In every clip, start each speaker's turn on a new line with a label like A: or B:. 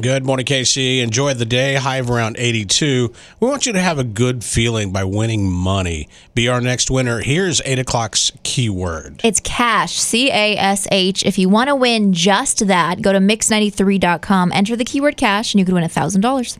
A: Good morning, KC. Enjoy the day. High of around 82. We want you to have a good feeling by winning money. Be our next winner. Here's 8 o'clock's keyword.
B: It's cash, C A S H. If you want to win just that, go to mix93.com, enter the keyword cash, and you could win $1,000.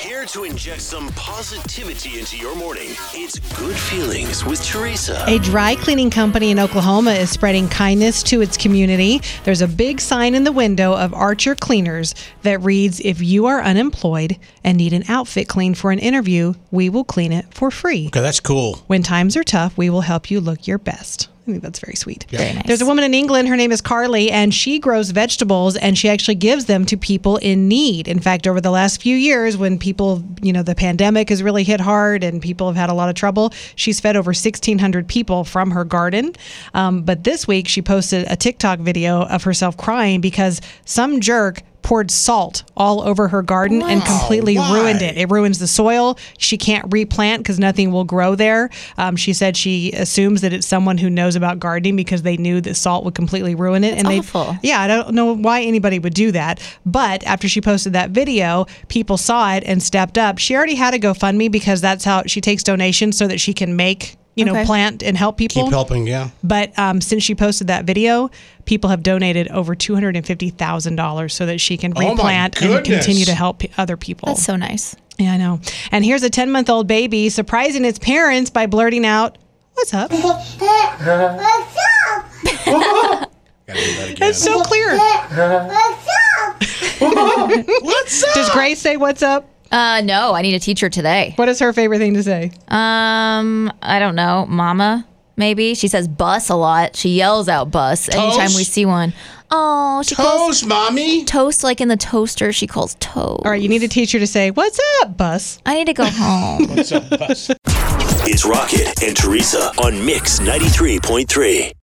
C: Here to inject some positivity into your morning. It's Good Feelings with Teresa.
D: A dry cleaning company in Oklahoma is spreading kindness to its community. There's a big sign in the window of Archer Cleaners that reads If you are unemployed and need an outfit cleaned for an interview, we will clean it for free.
A: Okay, that's cool.
D: When times are tough, we will help you look your best. I think that's very sweet.
B: Very nice.
D: There's a woman in England. Her name is Carly, and she grows vegetables and she actually gives them to people in need. In fact, over the last few years, when people, you know, the pandemic has really hit hard and people have had a lot of trouble, she's fed over 1,600 people from her garden. Um, but this week, she posted a TikTok video of herself crying because some jerk poured salt all over her garden and completely
A: Why?
D: ruined it. It ruins the soil. She can't replant because nothing will grow there. Um, she said she assumes that it's someone who knows about gardening because they knew that salt would completely ruin it. and they,
B: awful.
D: yeah, I don't know why anybody would do that. But after she posted that video, people saw it and stepped up. She already had a GoFundMe because that's how she takes donations so that she can make. You know,
B: Okay.
D: plant and help people.
A: Keep helping, yeah.
D: But um, since she posted that video, people have donated over two hundred and fifty thousand dollars so that she can
A: Oh my
D: replant and
A: goodness.
D: continue to help p- other people.
B: That's so nice.
D: yeah, I know. And here's a ten month old baby surprising its parents by blurting out, "What's up?"
E: What's up?
A: Gotta do that again.
D: That's so clear.
E: What's up?
A: What's up?
D: Does Grace say "What's up"?
B: Uh, no, I need a teacher today.
D: What is her favorite thing to say?
B: Um, I don't know, Mama. Maybe she says "bus" a lot. She yells out "bus" anytime we
A: Toast?
B: see one. Oh, she calls
A: Toes, mommy.
B: toast like in the toaster. She calls toast.
D: All right, you need a teacher to say "What's up, bus."
B: I need to go home.
A: What's up, bus?
C: It's Rocket and Teresa on Mix 93.3.